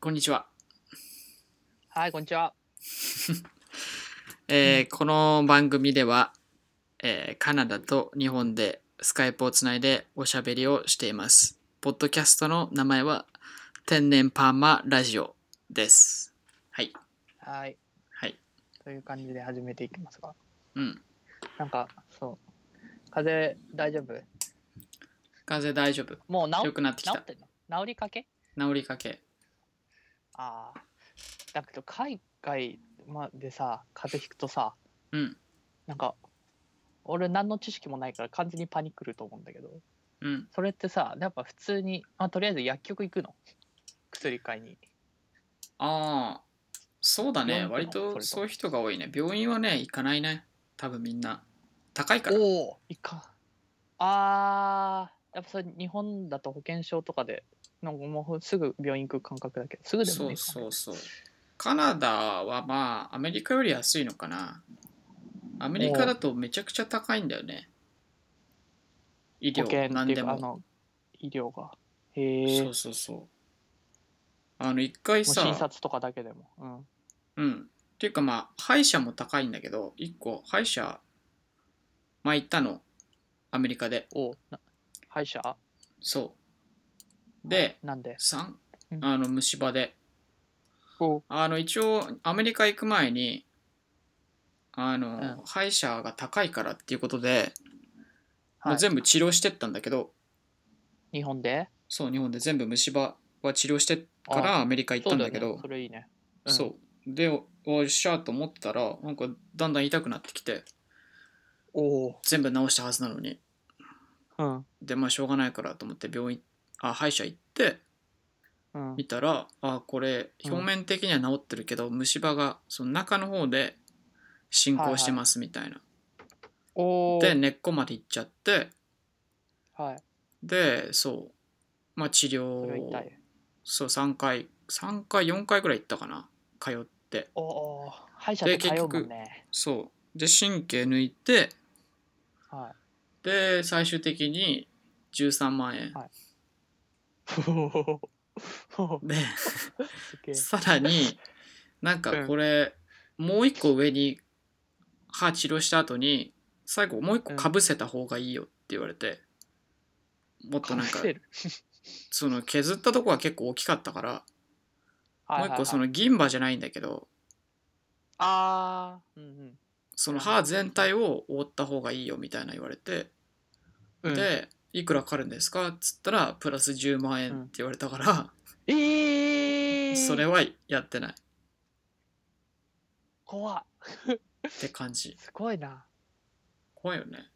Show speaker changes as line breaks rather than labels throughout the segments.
こんにちは。
はい、こんにちは。
えーこの番組では、えーカナダと日本でスカイプをつないでおしゃべりをしています。ポッドキャストの名前は天然パーマラジオです。はい。
はい。
はい。
という感じで始めていきますが、
うん。
なんか、そう。風邪大丈夫
風邪大丈夫。
もう治
良
っ
くなってき
治
た
っ。てんの治りかけ
治りかけ。
ああ。だけど、海外までさ、風邪ひくとさ、
うん。
なんか、俺何の知識もないから完全にパニックると思うんだけど、
うん。
それってさ、やっぱ普通に、まあ、とりあえず薬局行くの薬買いに。
ああ、そうだね。
病
割
院
と
とかそれと
そういう人が多いね。病院はね、行かないね。多分みんな。高いから。
おおいかあーやっぱそれ日本だと保険証とかでなんかもうすぐ病院行く感覚だけどすぐでも
そ
ね
うそうそう。カナダはまあ、アメリカより安いのかな。アメリカだとめちゃくちゃ高いんだよね。医
保険
療、
っ
何
てい
で
うかあ
も。
の医療がへえ
そ
も
うそうそう。あの、一回
う診
さ、
察とかだけでも、うん、
うん。っていうかまあ、歯医者も高いんだけど、一個、歯医者、まあ行ったの。アメリカで。
おうな歯医者
そう。で、
なんで
3
う、ん
あの、虫歯で。
おう
あの一応アメリカ行く前にあの、
うん
歯医者が高いからっていうことで、ま
は
あ、
い、
全部治療してったんだけど
日本で
そう日本で全部虫歯は治療してからアメリカ行ったんだけ
そう
ど
よねそれいいね、うん
そう,、でおおっしゃーと思ってたらなんかだんだん痛くなってきて
おう
全部治したはずなのに
うん
でまあしょうがないからと思って病院あ歯医者行って
うん
見たらあこれ
うん
表面的には治ってるけど、虫歯がその中の方で進行してますみたいな、
おう
で根っこまで行っちゃって
はい
でそうまあ治療
それは痛
を
い
そう3回3回4回ぐらい行ったかな通って
おおう歯医者って通うもんね
そうで神経抜いて
は
で最終的に13万円、
はい いおおお
で
すげえ
さらになん
う
か
ん
これ、もう一個上に歯治療した後に最後もう一個かぶせた方がいいよって言われて、もっと なんか
被せる
その削ったとこは結構大きかったから
は
もう
いはい
一個そ
はい
の銀歯じゃないんだけど
ああ、うん
その歯全体を覆った方がいいよみたいな言われて、
うん。、
でいくらかかるんですかっつったらプラス10万円って言われたから、
ええー、
それはやってない
怖い。
って感じ
すごいな。
怖いよね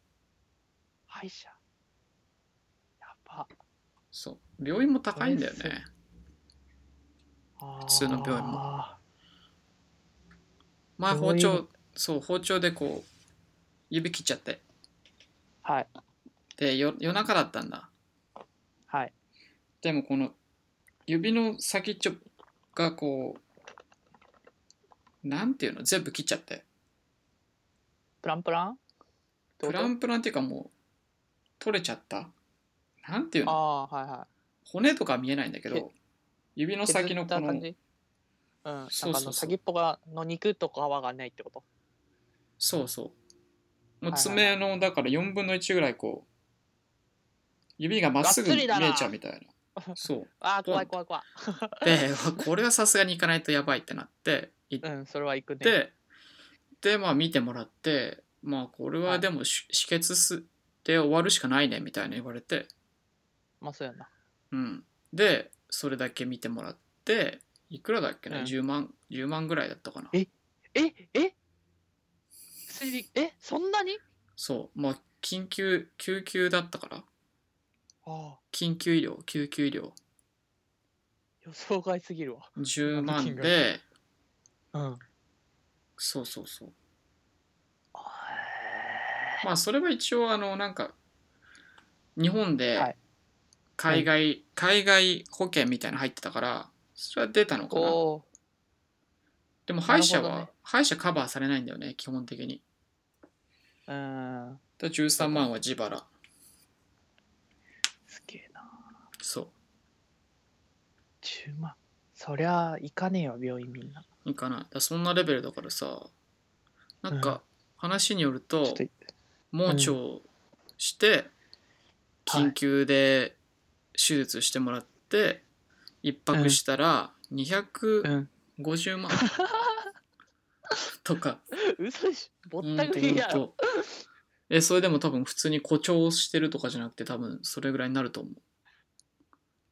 歯医者。やば。
そう病院も高いんだよ
そうで
ね
普
普通の病院も
も。
前包
病院
丁そう包丁でこう指切っちゃって
はい。
でよ夜中だったんだ
はい。
でもこの指の先っちょがこうなんていうの全部切っちゃって
プランプラン
プラ
ン
ンプランっていうかもう取れちゃったなんていうの
ああー、はいは
骨とか見えないんだけど
け
指の
い。
先のこ
削った
の
感じうん、なんか
そう
あ
そうそう
の先っぽがの肉と皮がないってこと
そうそうもう
はいはい
爪のだから4分の1ぐらいこう指がまっすぐ
が
見
っつ
え
りだな
ちゃうみたい なそう
ああ怖い
ポ
怖い怖い
で これはさすがに行かないとやばいってなって行っ
うんそれは行くね
て、でまあ見てもらってまあこれ
は
はいでもし止血すで終わるしかないねみたいな言われて
まあそうやな
うん、でそれだけ見てもらっていくらだっけな、
うん
10万10万ぐらいだったかな
えええ薬えそんなに
そうまあ緊急救急だったから
ああ
緊急医療救急医療
予想外すぎるわ
10
なんか
万
金額
で
うん
そうそうそう
は
まあそれは一応あのなんか日本
は
で
い
海外、海外保険みたいなの入ってたからそれは出たのかな
おー
でも歯医者
なる
は、
ほどね
歯医者カバーされないんだよね基本的に
うーん
だから13万は自腹
すげえな
そう
10万そりゃ行かねえよ病院みんな。
いいかなだからそんなレベルだからさなんか話による
ち
と
ょっと
盲腸をして
はい
緊急で手術してもらって一泊したら
う
250
ん。
万とか
嘘でしょ。ぼ
ほん
ったくりや
とほ
ろ。
んとえそれでも多分普通に誇張してるとかじゃなくて多分それぐらいになると思う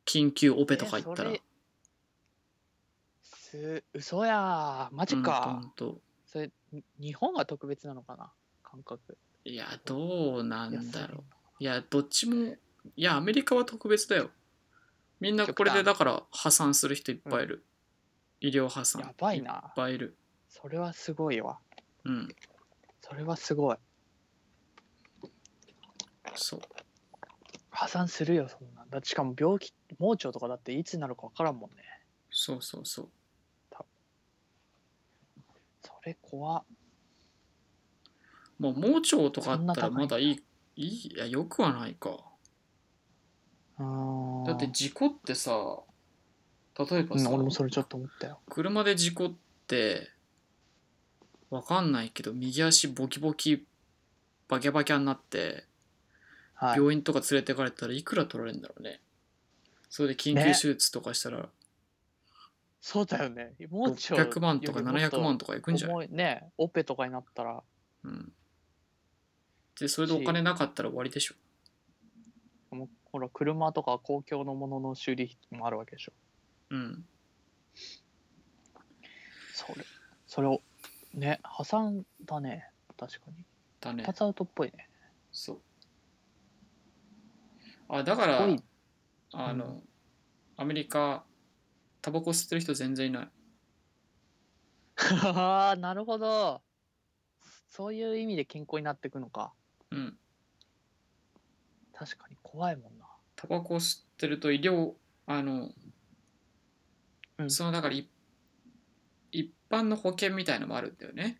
緊急オペとか行ったら
えそれす嘘やーマジか、
うんとほんと
それに日本は特別なのかな感覚
いやどうなんだろう
う
いや、どっちも、いや、アメリカは特別だよ。みんなこれで
極端
だから破産する人いっぱいいる。医療破産。
やばい
い
な
っぱいいる。
それはすごいわ
うん、
それはすごい
そう。
破産するよそんなんだってしかも病気盲腸とかだっていつになるか分からんもんね
そうそうそう。
それ怖っ
もう盲腸とかあったら
そんな高い
まだいい、いい、いや、よくはないか。
うーん
だって事故ってさ、例えば
うん
さ、
俺もそれちょっと思ったよ
車で事故って、わかんないけど、右足ボキボキ、バキャバキャになって、
はい
病院とか連れてかれたらいくら取られるんだろうね。それで緊急手
ね
術とかしたら
そうだよね盲腸
600万とか700万とかいくんじゃない、
重いねオペとかになったら
うん、で、それでお金なかったら終わりでしょ。
もうほら車とか公共のものの修理費もあるわけでしょ
うん。
それそれをね破産だね確かに
だね
一。発アウトっぽいね
そう。あ、だから
すごい、
あの、
う
アメリカ、タバコ吸ってる人全然いない。
あ あなるほどそういう意味で健康になっていくのか
うん。
確かに怖いもんな
タバコ吸ってると医療、あの、
うん
その、だからい、一般の保険みたいのもあるんだよね。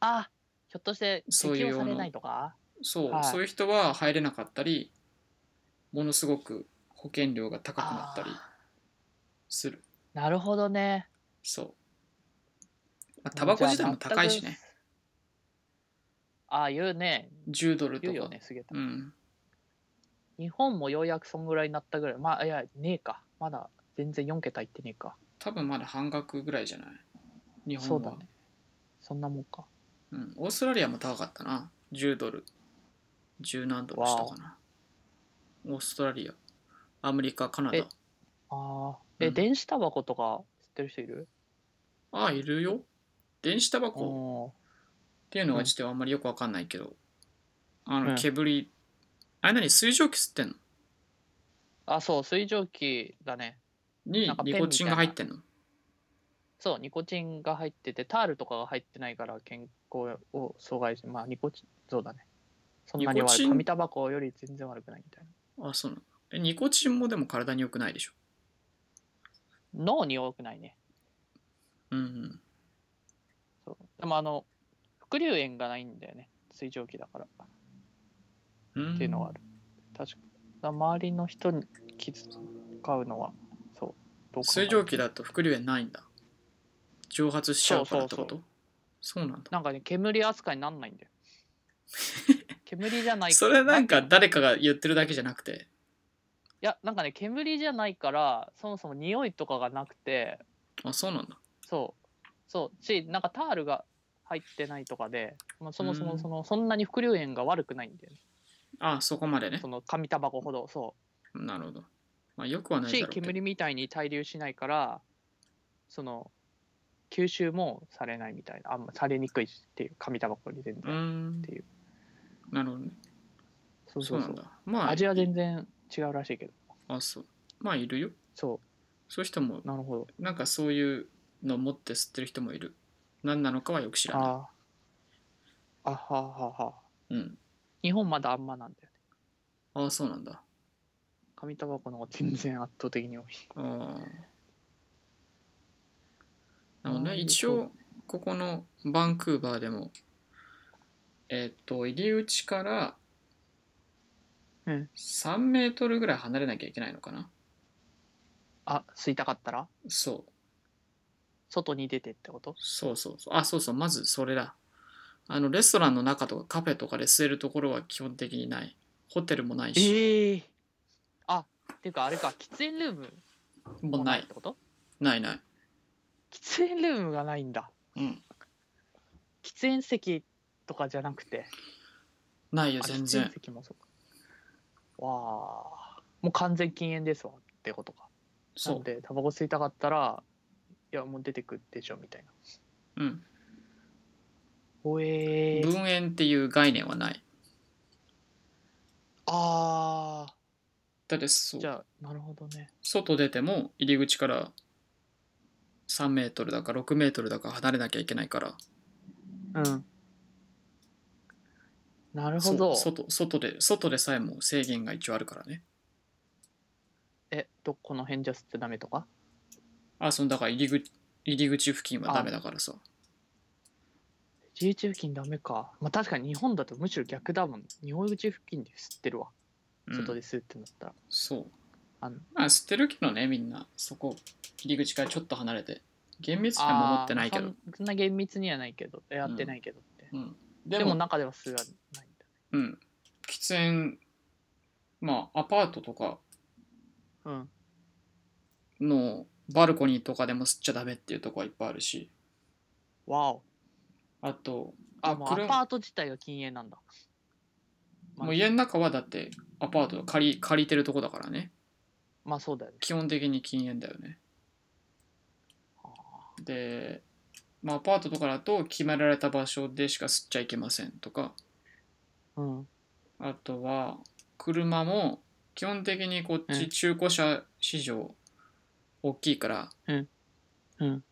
あひょっとして
そう
適
いう
用されないとか
そう、
はい
そういう人は入れなかったりものすごく保険料が高くなったり
あ
する
ーなるほどね
そうまあタバコ自体も高いしね
ああ言うね
10ドルと
言
か
うよね杉田、
うん
日本もようやくそんぐらいになったぐらいまあいやねえかまだ全然4桁いってねえか
多分まだ半額ぐらいじゃない日
そう
本
だ
は
ねそんなもんか
うん、オーストラリアも高かったな10ドル10何ドルしたかなオーストラリアアメリカカナダ
えああえ、
うん
電子タバコとか吸ってる人いる
ああいるよ電子タバコ
おー
っていうのがちょっとあんまりよくわかんないけど、あ
う
の
ん
煙、あれ何水蒸気吸ってんの
あそう水蒸気だね
に
なんかペン
ニコチンが入ってんの
そう、ニコチンが入ってて、タールとかが入ってないから健康を阻害して、まあ、ニコチン、そうだね。そんなに
ニコ
悪
チ
い。
ン
紙タバコより全然悪くないみたい
あそうなのえニコチンもでも体に良くないでしょ
な。脳に良くないね。
うんうん
そうでも、あの、副流炎がないんだよね。水蒸気だから。
うん
っていうのはある。確かだ周りの人に気遣うのは、そう。どう考え
水蒸気だと副流炎ないんだ蒸発しちゃうからって
そ
こ
うそ
とそうなんだ
なんかね、煙扱いになんな いんだよ。煙じゃない
それなんか誰かが言ってるだけじゃなくて
いや、なんかね、煙じゃないから、そもそも匂いとかがなくて、
あそうなんだ
そう。そう。し、なんかタールが入ってないとかで、まあ、そもそうも
ん
その、そんなに副流炎が悪くないんだよね。
あそこまでね
その紙タバコほど、そ
なるほどまあよくは
う。
ないだ
し
ろ、うけど
煙みたいに滞留しないから、その、吸収もされないみたいな、あんまされにくいっていう、紙タバコより全
う
然。
ん
ていう
なるほどね
そう
そ
そうう
な
そ
ん
う。
だまあ
味は全然違うらしいけど。
あそうまあいるよ
そ
そういう人も
う、なるほど。
なんかそういうの持って吸ってる人もいる。何なのかはよく知らない。
ああ。あはあはあはあ。
うん。
日本まだあんまなんだよね。
ああ、そうなんだ。
紙タバコの方が全然圧倒的に多い。
ああ。なの
あ
ね、
ー
一応、ここのバンクーバーでも、えっ、と、入り口から
うん
3メートルぐらい離れなきゃいけないのかな。
あ吸いたかったら
そう。
外に出てってこと
そうそうそう。あ、そうそう。まずそれだ。あの、レストランの中とかカフェとかで吸えるところは基本的にない。ホテルもないし、
ええあっていうかあれか喫煙ルーム
もうな
っ
い。
てこと
ないない。
喫煙ルームがないんだ
うん。
喫煙席とかじゃなくて
ない
あ
よ、全
喫煙
然。
席もそうかわあもう完全禁煙ですわってことかな
そ
んでタバコ吸いたかったらいやもう出てくでしょみたいな
う。うん。
おえー、
分煙っていう概念はない。
ああ
だってそう
じゃあなるほどね
外出ても入り口から3メートルだか6メートルだか離れなきゃいけないから
うんなるほど
そう外外で外でさえも制限が一応あるからね
えどこの辺じゃ吸っちゃダメとか
あそのだから入り口入り口付近はダメだからさ
G 中付近ダメかまあ確かに日本だとむしろ逆だもん日本口付近で吸ってるわ
うん
外で吸うってなったら、
そう
あの
まあ知ってるけどねみんなそこ入り口からちょっと離れて厳密には守ってないけ
あ
ど
ーそんそんな厳密にはないけどやってないけどって、
うん、でも
でも中では吸わないんだ
うん、喫煙まあアパートとか
うん
のバルコニーとかでも吸っちゃダメっていうとこはいっぱいあるし
わお
あと
あもうア
こ
パ
れ
ート自体が禁煙なんだまあ
もう家の中はだってアパート借り借りてるとこだからね
まあそうだよね
基本的に禁煙だよねで、まあ、アパートとかだと決められた場所でしか吸っちゃいけませんとか
うん
あとは車も基本的にこっ
う
ち
ん
中古車市場大きいから、
うんうん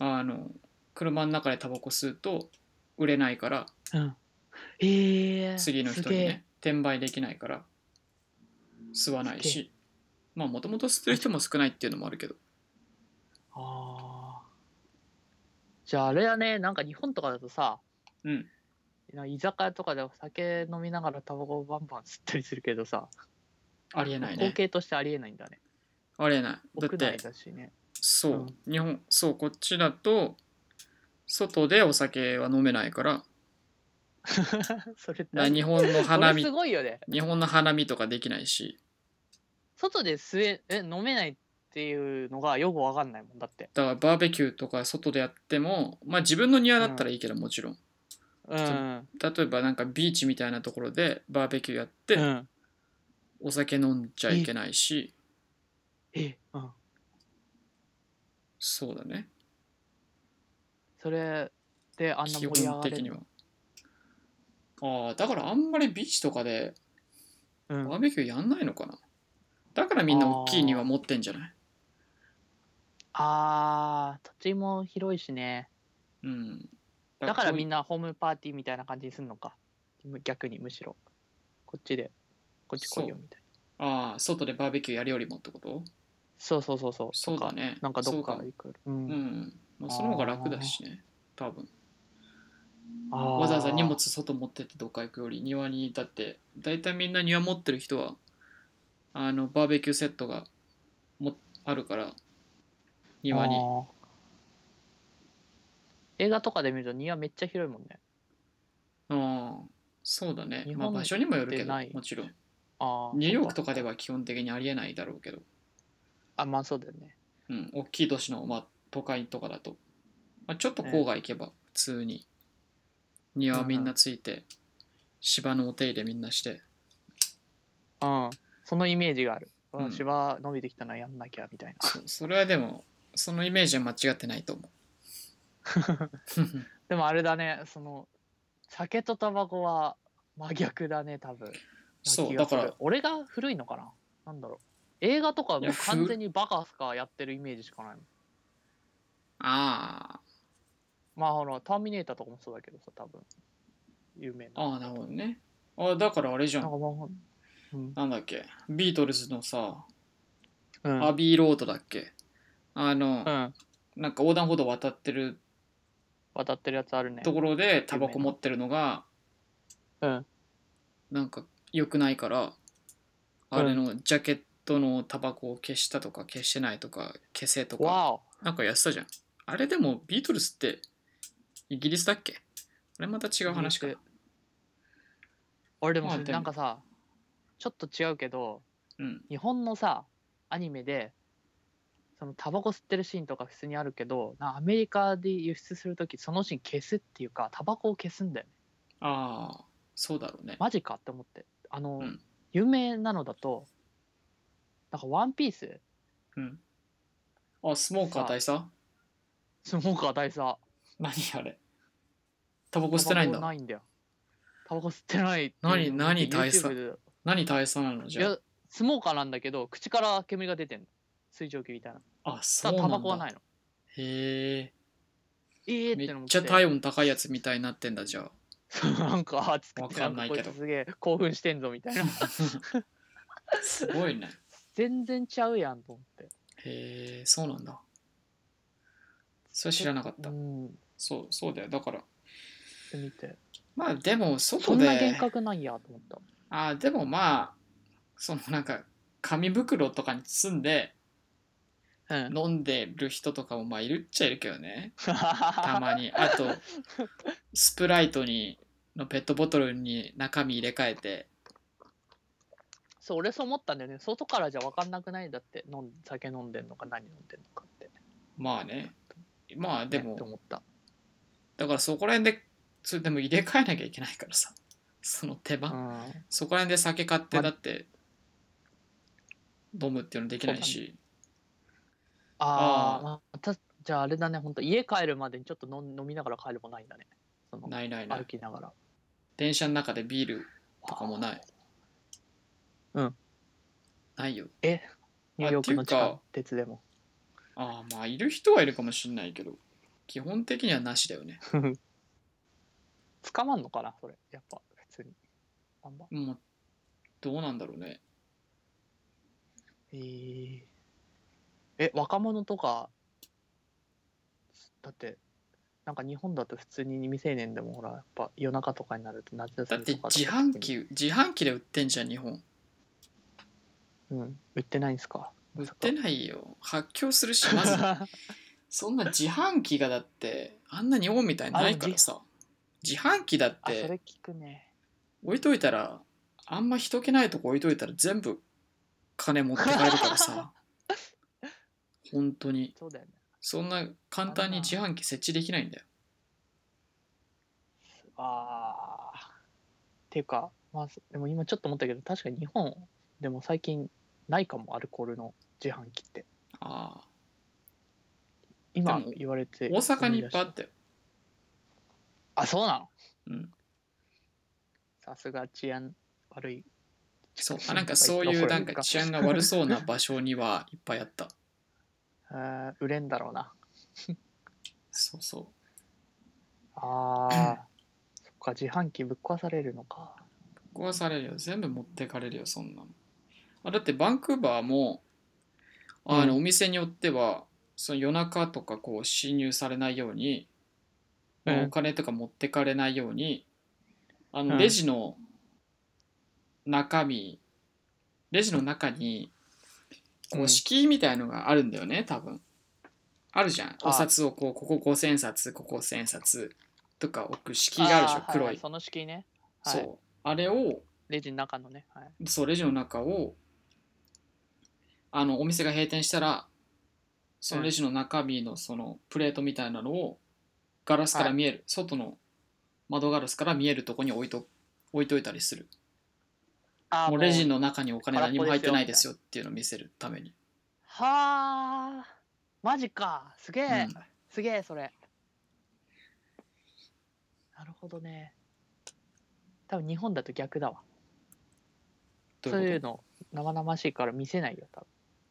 あの車の中でタバコ吸うと売れないから
うんええー、
次の人に
すげ
ね転売できないから吸わない
すげ
しまあもともと吸ってる人も少ないっていうのもあるけど
ああ。じゃああれはね、なんか日本とかだとさ、
うん
な居酒屋とかでお酒飲みながらタバコをバンバン吸ったりするけどさ、
ありえない
光
ね
景としてありえないんだね。
ありえないだっ
屋内
て
だしね。
そう、日本そうこっちだと外でお酒は飲めないから
それ
だから日
本
本の花見
すごいよね。
日本の花見とかできないし
外で吸ええ飲めないっていうのがよくわかんないもんだって。
だからバーベキューとか外でやってもまあ自分の庭だったらいいけどもちろん
うん。
例えばなんかビーチみたいなところでバーベキューやって、
うん、
お酒飲んじゃいけないし
え、うん。
そうだね
それであんな
基
盛り上
本
がれ
的に
る。
はああだからあんまりビーチとかで
う
バ
ん、
ーベキューやんないのかなだからみんな大きい庭持ってんじゃない
あー、土地も広いしね。
うん
だからみん
な
なホームパーティーみたいな感じにするのかむ逆にむしろこっちでこっち来いよみたいな
ああ外でバーベキューやるよりもってこと
そうそうそうそう
そうだね
なんかどっ
そう
か
か
行くうん
うん、まあ、その方が楽だしね多分
あー
わざわざ荷物外持ってってどっか行くより庭にだって大体みんな庭持ってる人はあのバーベキューセットがもあるから庭に
あー映画とかで見ると庭めっちゃ広いもんね
ああそうだね
日
まあ
本
場所にもよるけ
で
ど
ない
もちろん
あ
ニューヨークとかで
は
は基本的にありえないだろうけど、
あまあそうだよね
うん、大きい都市の、まあ、都会とかだと、まあ、ちょっと郊外行けば普通に庭みんなついて芝のお手入れみんなして
うんそのイメージがある
うん
私は伸びてきたのやんなきゃみたいな、
そそれはでもそのイメージは間違ってないと 思う
でもあれだねその酒とタバコは真逆だね多分
そう
な気がする
だから
俺が古いのかななんだろう映画とか
い
も
や
う完全にバカスカやってるイメージしかない
あ
まあほら「ターミネーター」とかもそうだけどさ多分有名
あ
な
ああなるほどねあだからあれじゃ
なん
ん
かもう、うん
なんだっけビートルズのさ
うん
アビーロードだっけあの、
うん、
なんか横断歩道渡ってる
渡ってるやつあるね
ところでタバコ持ってるのが
うん
なんか良くないからあれのジャケットのタバコを消したとか消してないとか消せとか
わお。
なんかやってたじゃんあれでもビートルズってイギリスだっけあれまた違う話か
イギ俺でも
まあ
それ
でも
なんかさ、ちょっと違うけど、
うん
日本のさ、アニメで、そのタバコ吸ってるシーンとか普通にあるけど、なアメリカで輸出するとき、そのシーン消すっていうか、タバコを消すんだよね。
ああそうだろうね
マジかって思って。あの、
うん
有名なのだと、なんかワンピース、
うんあスモーカー大佐
スモーカー大佐。
何あれタバコ捨てないん
タバコ
だ
ないんだよ。タバコ吸ってないっていう
何何大佐
YouTube で
何大佐なの
い
じゃ
や、スモーカーなんだけど、口から煙が出てんの。水蒸気みたいな。
ああそ
た
うな
だタ
んだ
バコはないの。
へ
ええ
え
って
めっ
のも来
ち
て
ゃ 体温高いやつみたいになってんだじゃあ
なんか、あつ
わ
って
かんな
な
んい
か
け
こ
ど
いつすげえ興奮してんぞみたいな。
すごいね
全然ちゃうやんと思って。
へえそうなんだそれ知らなかった
うん。
そうそうだよだから
見て。
まあでも
そ
外
んな
で
幻覚なんやと思った。
あーでもまあそのなんか紙袋とかに包んで
うん。
飲んでる人とかもまあいるっちゃいるけどねたま に あとスプライトにのペットボトルに中身入れ替えて
そう、俺そう思ったんだよね。外からじゃ分かんなくないだって、飲ん酒飲んでんのか何飲んでんのかって。
まあねまあでも
ねって思った。
だからそこら辺でそれでも入れ替えなきゃいけないからさその手間、
うん。
そこら辺で酒買って
ま
だって飲むっていうのできないし
あ
あー
ーまあ、たじゃああれだね、本当家帰るまでにちょっと飲ん飲みながら帰るもないんだね。その
ないないな
歩
い
きながら。
電車の中でビールとかもない
うん
ないよ
ニューヨークの地
あっていうか
下鉄でも。
ああまあいる人はいるかもしれないけど基本的にはなしだよね
捕まんのかな、それ。やっぱ、普通に。あんま。
もうどうなんだろうね
えーえ、若者とか、だって、なんか日本だと普通に未成年でもほら、やっぱ夜中とかになると夏
だ
休
っ
み
て
とか
自販。機自販機で売ってんじゃん日本
うん、売ってないんすか。
売ってないよ発狂するしまずそんな自販機がだってあんな日本みたいにないからさ自販機だっ
あ、そ
て
れ聞くね。
置いといたらあんま人気ないとこ置いといたら全部金持ってかれるから さ本当に
そうだよね。
そんな簡単に自販機設置できないんだよ
ああ。っていうか、まあ、でも今ちょっと思ったけど、確かに日本でも最近ないかも、アルコールの自販機って。
ああ
今
でも
言われて
大阪にいっぱいあ
思出し
ったよ、
たあ、そうなの
うん、
さすが治安悪い。
そうあなんかそういうなんか治安が悪そうな場所にはいっぱいあった
あー売れんだろうな。
そうそう
ああ、 そっか、自販機ぶっ壊されるのか。
壊されるよ全部持ってかれるよそんなのあだってバンクーバーもあの、
うん
お店によってはその夜中とかこう侵入されないように、まあ
うん
お金とか持ってかれないようにあ
う
の
ん
レジの中身、レジの中にこ
う
うん敷居みたいのがあるんだよね多分あるじゃん
あ
お札をこうここ5,000冊ここ1,000冊とか置く敷居があるでしょ
ー
黒い、
ははその式ね。はい、
そうあれを
レジの中のね。はい、
そう、レジの中を、あの、お店が閉店したら、そのレジの中身のそのプレートみたいなのを、ガラスから
はい
見える、外の窓ガラスから見えるとこに置いと、置いといたりする。
あー
もうレジ。の中にお金
空っぽ
何も入ってないで
ですす
よっていうのを見せるために。
はあ、マジか。すげえ、
うん
すげえ、それ。なるほどね。多分日本だと逆だわ。
ど
そう
うい
いうう
こと
の生々しいから見せないよ、多分。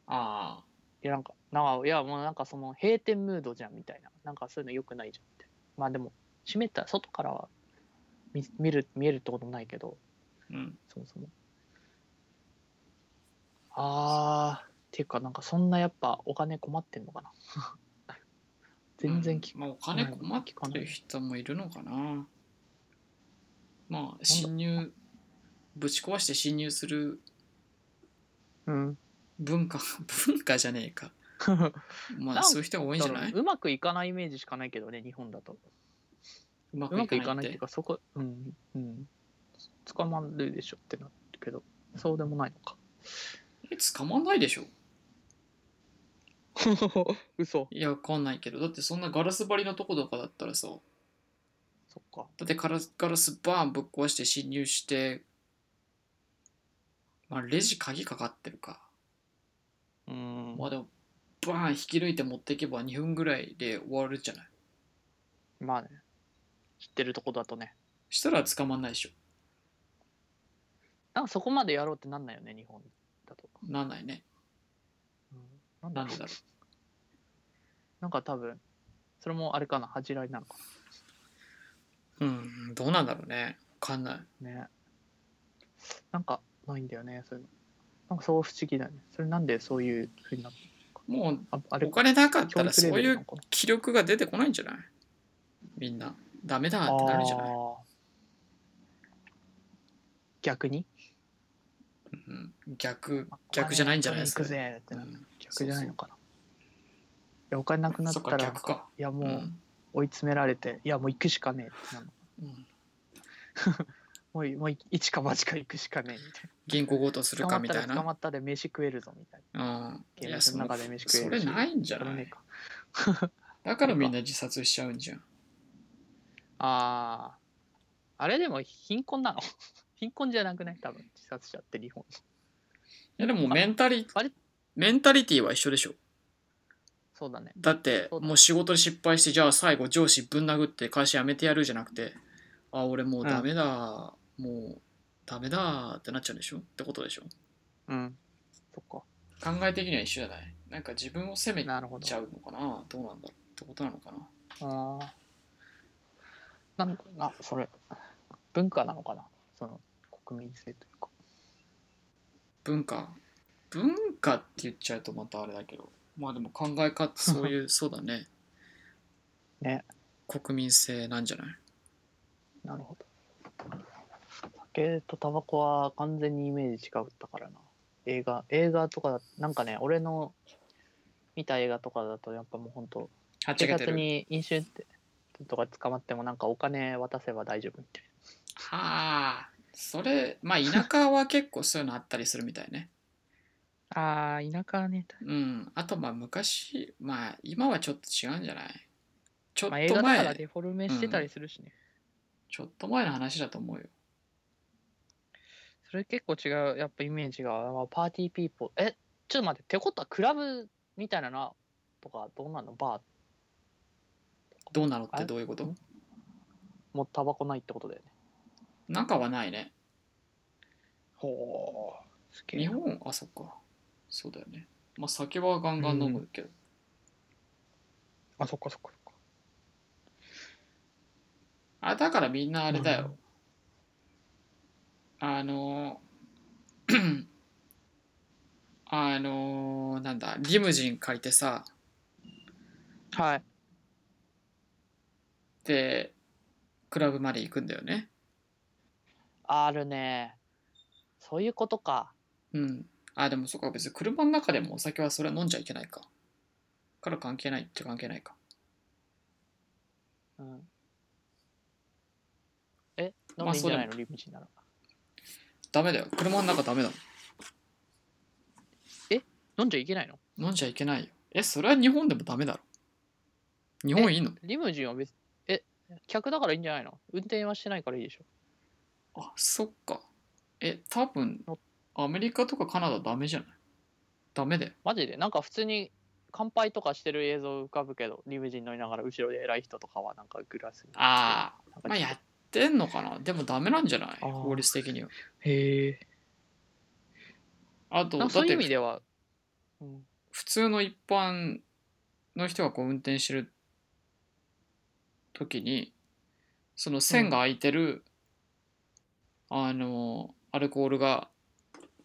ああ、
いやなんかなんかいやもうなんかその閉店ムードじゃんみたいななんかそういうのよくないじゃんってまあでも閉めた外からは見見る見えるってこともないけど
うん。
そもそもあーっていうかなんかそんなやっぱお金困ってんのかな 全然聞
うんまあ、お金
ない
困ってる人もいるのかな。まあ、侵入、ぶち壊して侵入する
うん
文化 文化じゃねえかま
な
あ
ん
そういう人が多いんじゃないう
まくいかないイメージしかないけどね日本だと
うま
うまく
くい
いか
かな
ない
いって
っい
て
うかそこうんうん捕まるでしょってなるけどそうでもないのか
え捕まんないでしょ
嘘
いやわかんないけどだってそんなガラス張りのとことかだったらさ
そっか
だってガラスガラスバーンぶっ壊して侵入してまあレジ鍵かかってるか
うん
まあでもバーン引き抜いて持っていけば2分ぐらいで終わるじゃない
まあね知ってるとこだとね
したら捕まんないでしょ
なんかそこまでやろうってなんないよね日本だと、
なんないね
なん
な
だ
ん
ろ
で
う
だろ
なんか多分それもあれかな恥じらいなのか
ううんどうなんだろうねわかんない
なねなんかないんだよねそういうのなんかそう不思議だよねそれなんでそういうふうになっ
もう
ああれ
お金なかった
教
ら
育
そ
レ
う
ベ
い
ルなの
う
かな
気力が出てこないんじゃないみんなダメだってなるんじゃない、
あー逆に
うん、逆逆じゃないんじゃないですか
お、金行くぜってなる
うん
逆じゃないのかな。いやお金なくなっ
そ
た
っから
なん
逆
か
か
いや
う
もうん追い詰められていやもう行くしかねえってなるの
うん
もういもうい一か八か行くしかねえみたい
銀行強盗す
な。
る
捕ま
か
っ
み
た
た
ら
い
捕
な
まったで飯食えるぞみたい
うんい
な。
や
現
そ
実の
の
中で飯食え
そ
る
れ
し
ないんじゃ
それ
な
ねえ
い
か
だからみんな自殺しちゃうんじゃん
ああ。あれでも貧困なの 貧困じゃなくない多分自殺者って日本。
いやでもメンタリ
あれ
メンタリティは一緒でしょ
そうだね。
だって
そうだ
もう仕事で失敗してじゃあ最後上司ぶん殴って会社辞めてやるじゃなくてあ俺もうダメだ、もうダメだってなっちゃうんでしょってことでしょ
うん。そっか。
考え的には一緒じゃないなんか自分を責め
なるほど
ち。ゃうのかなどうなんだろうってことなのかな
ああ。なんかな、それ、文化なのかなその、国民性というか。
文化文化って言っちゃうとまたあれだけどまあでも考え方そう いうそうだね
ね、
国民性なんじゃない
なるほど。酒とタバコは完全にイメージ違ったからな。映画、映画とか、なんかね、俺の見た映画とかだと、やっぱもう本当
はっち
警
ゃけて
察
る
に飲酒ってとか捕まってもなんかお金渡せば大丈夫みたい
はあそれまあ田舎は結構そういうのあったりするみたいね
な。あー、田舎はね、
うん、あとまあ昔まあ今はちょっと違うんじゃないちょっ
まあ、映
と
画だ
前、
からデフォルメしてたりするしね。
ちょっと前の話だと思うよ
それ結構違う、やっぱイメージが、まあパーティーピーポー。え、ちょっと待って、ってことはクラブみたいなのとか、どうなのバー
どうなのっ
あ
てどういうこと
もタバコないってことだよね。
中はないね
ほう。すげ
日
え。
本あそっかそうだよねまあ酒はガンガン飲むけど、
あ、そっかそっかそっか。
あだからみんなあれだよ、あの あのなんだリムジン借りてさ
はい。
でクラブまで行くんだよね
あるね。そういうことか。
うん。あ、でもそっか、別に車の中でもお酒はそれは飲んじゃいけないか。から関係ないっちゃ関係ないか。
うん。え、飲
まあ
みんじゃない
そう
の、リムジンなら。
ダメだよ。車の中ダメだ
飲んじゃいけないの
もん。飲んじゃいけないよ。え、それは日本でもダメだろ。日本いいの
リムジンは別え、客だからいいんじゃないの運転はしてないからいいでしょ。
あ、そっか。え、多分
の、
アメリカとかカナダダメじゃないダメだよ。
マジでなんか普通に乾杯とかしてる映像浮かぶけど、リムジン乗りながら後ろで偉い人とかはなんかグラスに。
あ
なん
あ、
か
まあやってんのかなでもダメなんじゃない
あー
法律的には。
へえ。
あと、
な
だ
ん
っ
かそういう意味
て
では、うん、
普通の一般の人がこう運転してる時にその線が空いてる、あのアルコールが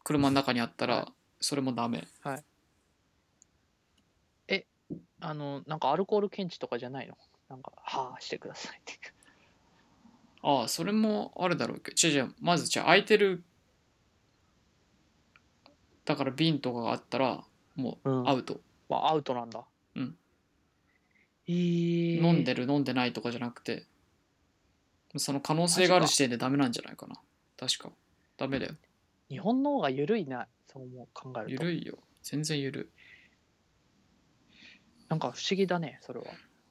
車の中にあった
は
らそれもダメ
あの、なんかアルコール検知とかじゃないのなんか、はあしてくださいって。
ああそれもあるだろうけど違う違うまずじゃあ空いてるだから瓶とかがあったらも
う
うんアウト、
まあ、アウトなんだ。
うん。
えー、
飲んでる飲んでないとかじゃなくてその可能性がある時点でダメなんじゃないかな確かダメだよ
日本の方が緩いな、そう思う考えると。
緩いよ全然緩い
なんか不思議だね、それは。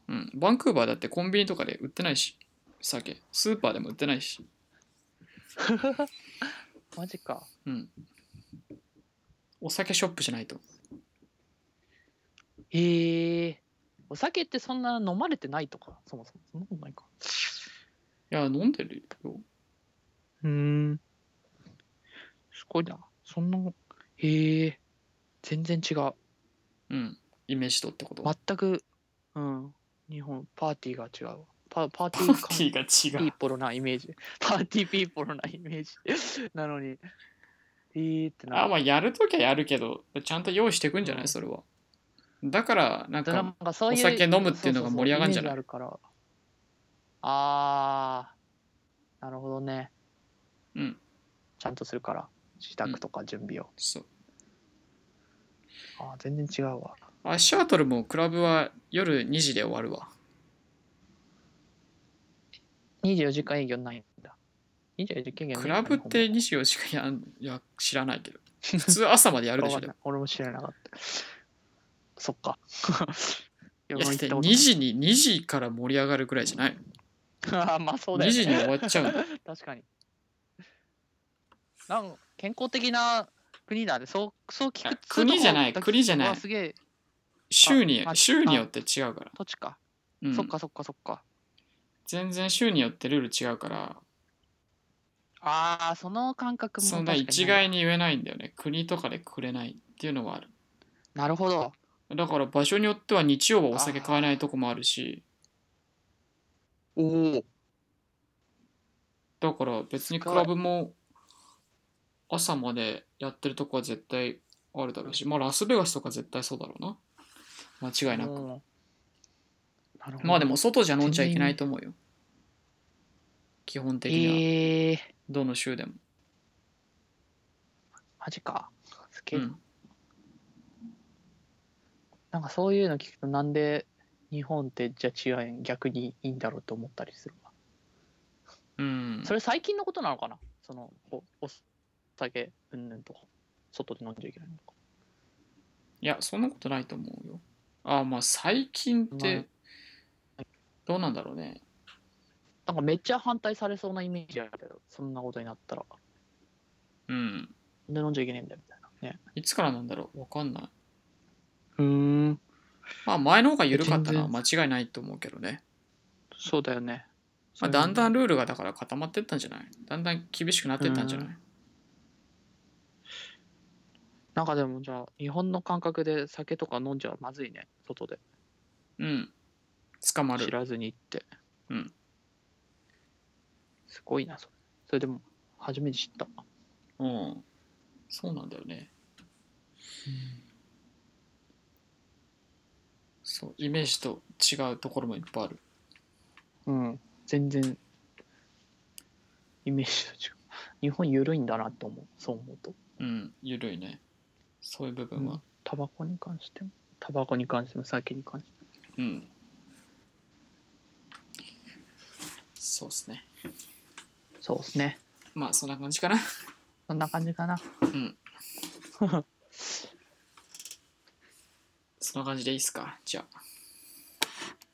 うん、バンクーバーだってコンビニとかで売ってないし酒スーパーでも売ってないし、
マジか。
うん、お酒ショップしないと
えー、お酒ってそんな飲まれてないとか、そもそも。そんなことないか。
いや飲んでるよ
うーん。すごいな。そんな、へえ、全然違う。
うんイメージとってこと
全く、うん。日本、パーティーが違うわ。パパーテ
パ
ィ
ー
ー感
ティーが違
ピ
う
ーポロなイメージ。パーティーピーポロなイメージ。 なのに、えーってな
あまあやるときはやるけどちゃんと用意していくんじゃな
う
い
ん
それはだからなん
だからなん
か
かそういう
お酒飲むっていうのが盛り上がるんじゃない
そうそうそうイメージあるからあーなるほどね
うん
ちゃんとするから支度とか準備を、
そう
あー全然違うわ
アシアトルもクラブは夜2時で終わるわ
24時間営業ないんだ24時間営業ない
クラブって24時間やんいや知らないけ ど普通朝までや
あ
るでしょでも
俺も知らなかったそっかい
いやだ って2時に2時から盛り上がるくらいじゃない
あーまあそうだ
2
よ、
時に
ね、
終わっ ちゃうの
確かになん健康的な国だねそうそう聞
いや
くそううとこ
国じゃない
だけ
国じゃないう
わすげえ
州に
ああ
州によって違うから、
土地か
うん
そっかそっかそっか。
全然州によってルール違うから
ああ、その感覚も
そん
確
な
かに
一概に言えないんだよね国とかでくれないっていうのはある
なるほど。
だから場所によっては日曜はお酒買えないとこもあるし
おお。
だから別に
すご
ク
い
ラブも朝までやってるとこは絶対あるだろうしまあラスベガスとか絶対そうだろうな間違いなく
うんなるほど。
まあでも外じゃ飲んじゃいけないと思うよ基本的には
ええー、
どの州でも、
マジか。すげ
う
え
ん、
なんかそういうの聞くとなんで日本ってじゃあ治安逆にいいんだろうと思ったりするわ。
うん、
それ最近のことなのかなそのおお酒うんぬんとか外で飲んじゃいけないのか。
いや、そんなことないと思うよ。ああ、まあ最近っ
ま
て、どうなんだろうね。
なんかめっちゃ反対されそうなイメージあるけど、そんなことになったら。
うん。
なんで飲んじゃいけないんだよみたいな。ね。
いつからなんだろうわかんない。
うん。
まあ前の方が緩かったのは
全
間違いないと思うけどね。
そうだよね。
まあだんだ
ん
んルールがだから固まってったんじゃないだんだん厳しくなってったんじゃない
なんかでもじゃあ日本の感覚で酒とか飲んじゃまずいね外で
うん。捕ま
知
る。
らずに行って
うん
すごいなそれそれでも初めて知った
うん。そうなんだよね。そう、イメージと違うところもいっぱいある。
うん全然イメージと違う日本緩いんだなと思うそう思うと
うん、緩いね。そういう部分は。
タバコに関してもタバコに関しても酒に関しても
うん。そうっすね。
そうですね
まあそんな感じかな。
そんな感じかな
うん。そんな感じでいいっすかじゃあ。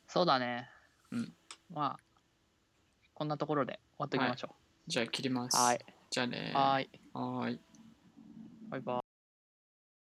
そうだね
うん
まあこんなところで終わっておきましょ
じゃあ切りま
う
す。
はい
じゃあね
はい
はーい。
バイバイ